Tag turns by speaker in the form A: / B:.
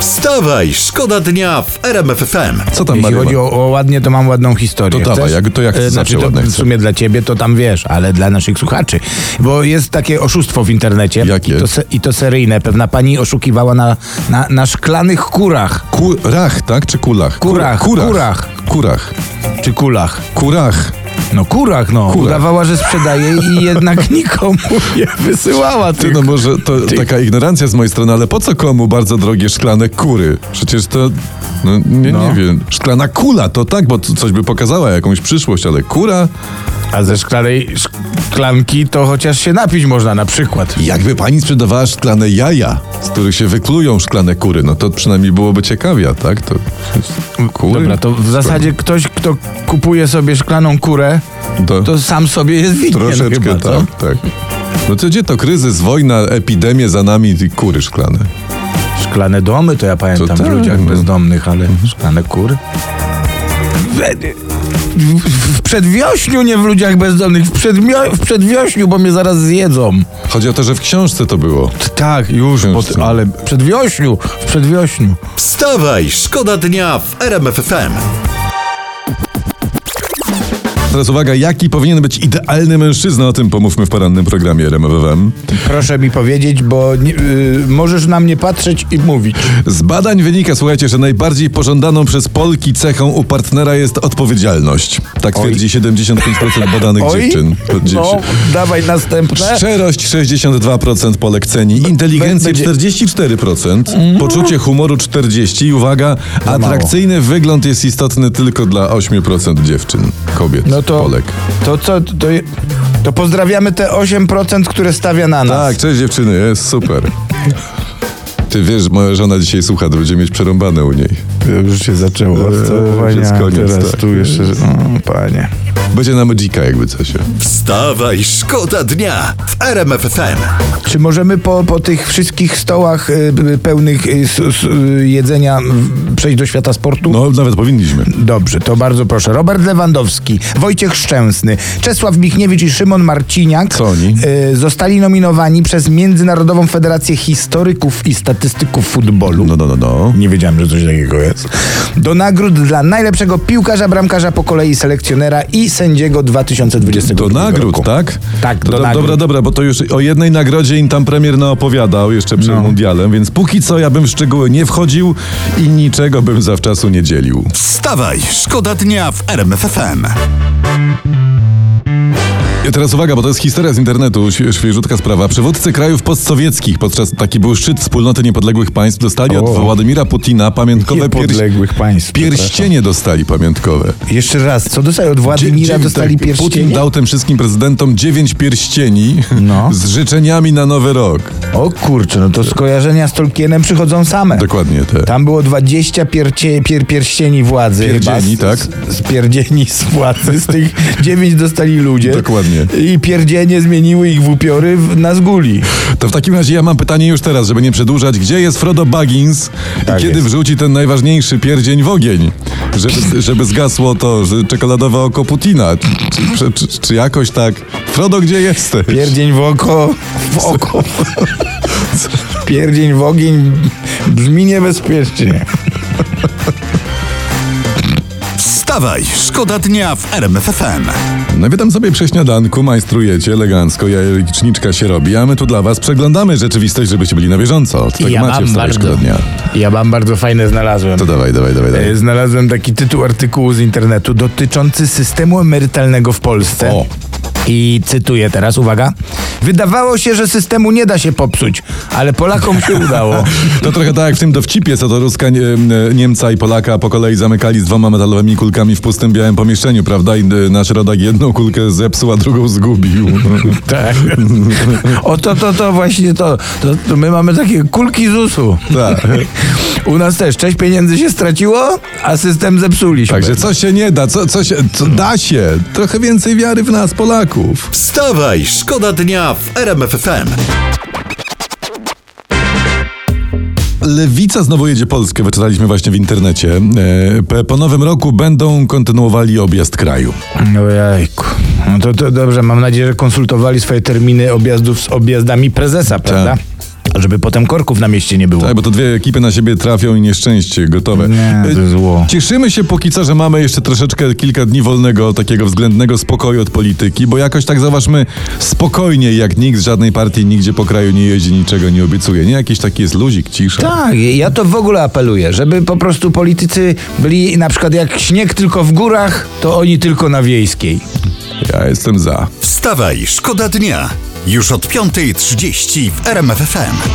A: Wstawaj, szkoda dnia w RMF FM.
B: Co tam,
C: Jeśli
B: Mario?
C: chodzi o, o ładnie, to mam ładną historię.
B: To dawaj,
C: Chcesz?
B: jak- to jak
C: E,
B: to
C: Znaczy,
B: znaczy
C: to
B: ładne
C: w
B: chcesz?
C: sumie dla ciebie to tam wiesz, ale dla naszych słuchaczy. Bo jest takie oszustwo w internecie.
B: Jakie?
C: I to, se, i to seryjne. Pewna pani oszukiwała na, na, na szklanych kurach.
B: Kurach, tak? Czy kulach?
C: Kurach,
B: Kurach.
C: kurach.
B: Kurach.
C: Czy kulach?
B: Kurach.
C: No kurach, no.
B: Kurach.
C: Udawała, że sprzedaje i jednak nikomu nie wysyłała
B: Ty,
C: tych.
B: no może to taka ignorancja z mojej strony, ale po co komu bardzo drogie szklane kury? Przecież to... No, nie, nie wiem. Szklana kula, to tak, bo c- coś by pokazała jakąś przyszłość, ale kura...
C: A ze szklanej szklanki to chociaż się napić można na przykład.
B: Jakby pani sprzedawała szklane jaja, z których się wyklują szklane kury, no to przynajmniej byłoby ciekawia, tak? To... Kury?
C: Dobra, to w zasadzie ktoś, kto kupuje sobie szklaną kurę,
B: To-
C: to sam sobie jest winien
B: Troszeczkę
C: chyba, co?
B: tak, tak. No to gdzie to kryzys, wojna, epidemie za nami i kury szklane. tak.
C: Szklane domy, to Mhm. ja pamiętam
B: To
C: w
B: tak,
C: ludziach
B: no.
C: bezdomnych, ale szklane kury. W, w, w przedwiośniu, nie w ludziach bezdomnych, w, przedmio, w przedwiośniu, bo mnie zaraz zjedzą.
B: Chodzi o to, że w książce to było.
C: T- Tak, już, bo,
B: Książce.
C: ale w przedwiośniu, w przedwiośniu.
A: Wstawaj, szkoda dnia w RMF FM.
B: Teraz uwaga, jaki powinien być idealny mężczyzna? O tym pomówmy w porannym programie RMWM.
C: Proszę mi powiedzieć, bo nie, y, możesz na mnie patrzeć i mówić.
B: Z badań wynika, słuchajcie, że najbardziej pożądaną przez Polki cechą u partnera jest odpowiedzialność. Tak twierdzi 75% badanych dziewczyn.
C: no,
B: Dziewczyn.
C: dawaj następne.
B: Szczerość 62% Polek ceni, inteligencję
C: będzie- Mhm.
B: 44%, poczucie humoru 40% i uwaga, atrakcyjny wygląd jest istotny tylko dla 8% dziewczyn, kobiet,
C: No to,
B: Polek.
C: to co, to, to pozdrawiamy te 8%, które stawia na nas.
B: Tak, cześć dziewczyny, jest super. Ty wiesz, moja żona dzisiaj słucha, to będzie mieć przerąbane u niej.
C: Już się zaczęło.
B: już jest E, koniec,
C: teraz
B: tak.
C: tu jeszcze. O, panie.
B: Będzie na Magica jakby coś.
A: Wstawaj, szkoda dnia w RMF FM.
C: Czy możemy po, po tych wszystkich stołach y, y, pełnych y, s, s, y, jedzenia w- przejść do świata sportu?
B: No, nawet powinniśmy.
C: Dobrze, to bardzo proszę. Robert Lewandowski, Wojciech Szczęsny, Czesław Michniewicz i Szymon Marciniak
B: Co oni?
C: y, zostali nominowani przez Międzynarodową Federację Historyków i Statystyków Futbolu.
B: No, no, no, no.
C: Nie wiedziałem, że coś takiego jest. Do nagród dla najlepszego piłkarza, bramkarza po kolei, selekcjonera i sędziego 2020
B: Do nagród,
C: roku.
B: tak?
C: Tak, do
B: do,
C: nagród.
B: Dobra, dobra, bo to już o jednej nagrodzie im tam premier naopowiadał jeszcze przed
C: No.
B: mundialem, więc póki co ja bym w szczegóły nie wchodził i niczego bym zawczasu nie dzielił.
A: Wstawaj, szkoda dnia w RMF FM.
B: I teraz uwaga, bo to jest historia z internetu, świe- świeżutka sprawa. Przywódcy krajów postsowieckich podczas taki był szczyt wspólnoty niepodległych państw dostali od
C: O.
B: Władimira Putina pamiątkowe pierś...
C: Niepodległych państw.
B: pierścienie dostali pamiątkowe.
C: przepraszam. Jeszcze raz, co dostali od Władimira?
B: Dzie-
C: Dostali
B: tak, Putin
C: pierścienie?
B: dał tym wszystkim prezydentom dziewięć pierścieni
C: No.
B: z życzeniami na nowy rok.
C: O kurczę, no to skojarzenia z Tolkienem przychodzą same.
B: Dokładnie te.
C: Tam było 20 piercie, pier, pierścieni władzy.
B: Pierdzieni,
C: chyba, z-
B: tak?
C: Z, z pierdzieni z władzy. Z tych 9 dostali ludzie.
B: Dokładnie.
C: I pierdzienie zmieniły ich w upiory w, na zguli.
B: To w takim razie ja mam pytanie już teraz, żeby nie przedłużać. Gdzie jest Frodo Baggins
C: Tak
B: i kiedy
C: jest.
B: wrzuci ten najważniejszy pierdzień w ogień? Żeby, żeby zgasło to że czekoladowe oko Putina. Czy, czy, czy, czy jakoś tak? Frodo, gdzie jesteś?
C: Pierdzień w oko. W oko. Pierdzień w ogień brzmi niebezpiecznie.
A: Wstawaj, szkoda dnia w RMF FM.
B: No wy tam sobie przy śniadanku majstrujecie elegancko, jajeczniczka się robi, a my tu dla was przeglądamy rzeczywistość, żebyście byli na bieżąco. To tak macie w stałej szkole dnia.
C: ja mam bardzo fajne znalazłem.
B: To dawaj, dawaj, dawaj. dawaj.
C: E, Znalazłem taki tytuł artykułu z internetu dotyczący systemu emerytalnego w Polsce.
B: O.
C: I cytuję teraz, uwaga. Wydawało się, że systemu nie da się popsuć, ale Polakom się udało.
B: To trochę tak jak w tym dowcipie, co to Ruska, nie, Niemca i Polaka po kolei zamykali z dwoma metalowymi kulkami w pustym białym pomieszczeniu, prawda? I y, nasz rodak jedną kulkę zepsuł, a drugą zgubił.
C: Tak. O to, to, to właśnie to. to, to my mamy takie kulki ZUS-u.
B: tak.
C: U nas też część pieniędzy się straciło, a system zepsuliśmy.
B: Także co się nie da, co, co się, co da się. Trochę więcej wiary w nas, Polaków.
A: Wstawaj, szkoda dnia w RMF FM.
B: Lewica znowu jedzie Polskę, wyczytaliśmy właśnie w internecie. E, po- po nowym roku będą kontynuowali objazd kraju.
C: No jajku. No to, to dobrze, mam nadzieję, że konsultowali swoje terminy objazdów z objazdami prezesa, prawda? A żeby potem korków na mieście nie było.
B: Tak, bo to dwie ekipy na siebie trafią i nieszczęście gotowe.
C: Nie, to
B: Y,
C: zło.
B: Cieszymy się póki co, że mamy jeszcze troszeczkę kilka dni wolnego, takiego względnego spokoju od polityki, bo jakoś tak zauważmy spokojnie, jak nikt z żadnej partii nigdzie po kraju nie jeździ, niczego nie obiecuje. Nie jakiś taki jest luzik, cisza.
C: Tak, ja to w ogóle apeluję, żeby po prostu politycy byli na przykład jak śnieg tylko w górach, to oni tylko na wiejskiej.
B: Ja jestem za.
A: Wstawaj, szkoda dnia. Już od 5.30 w RMFFM.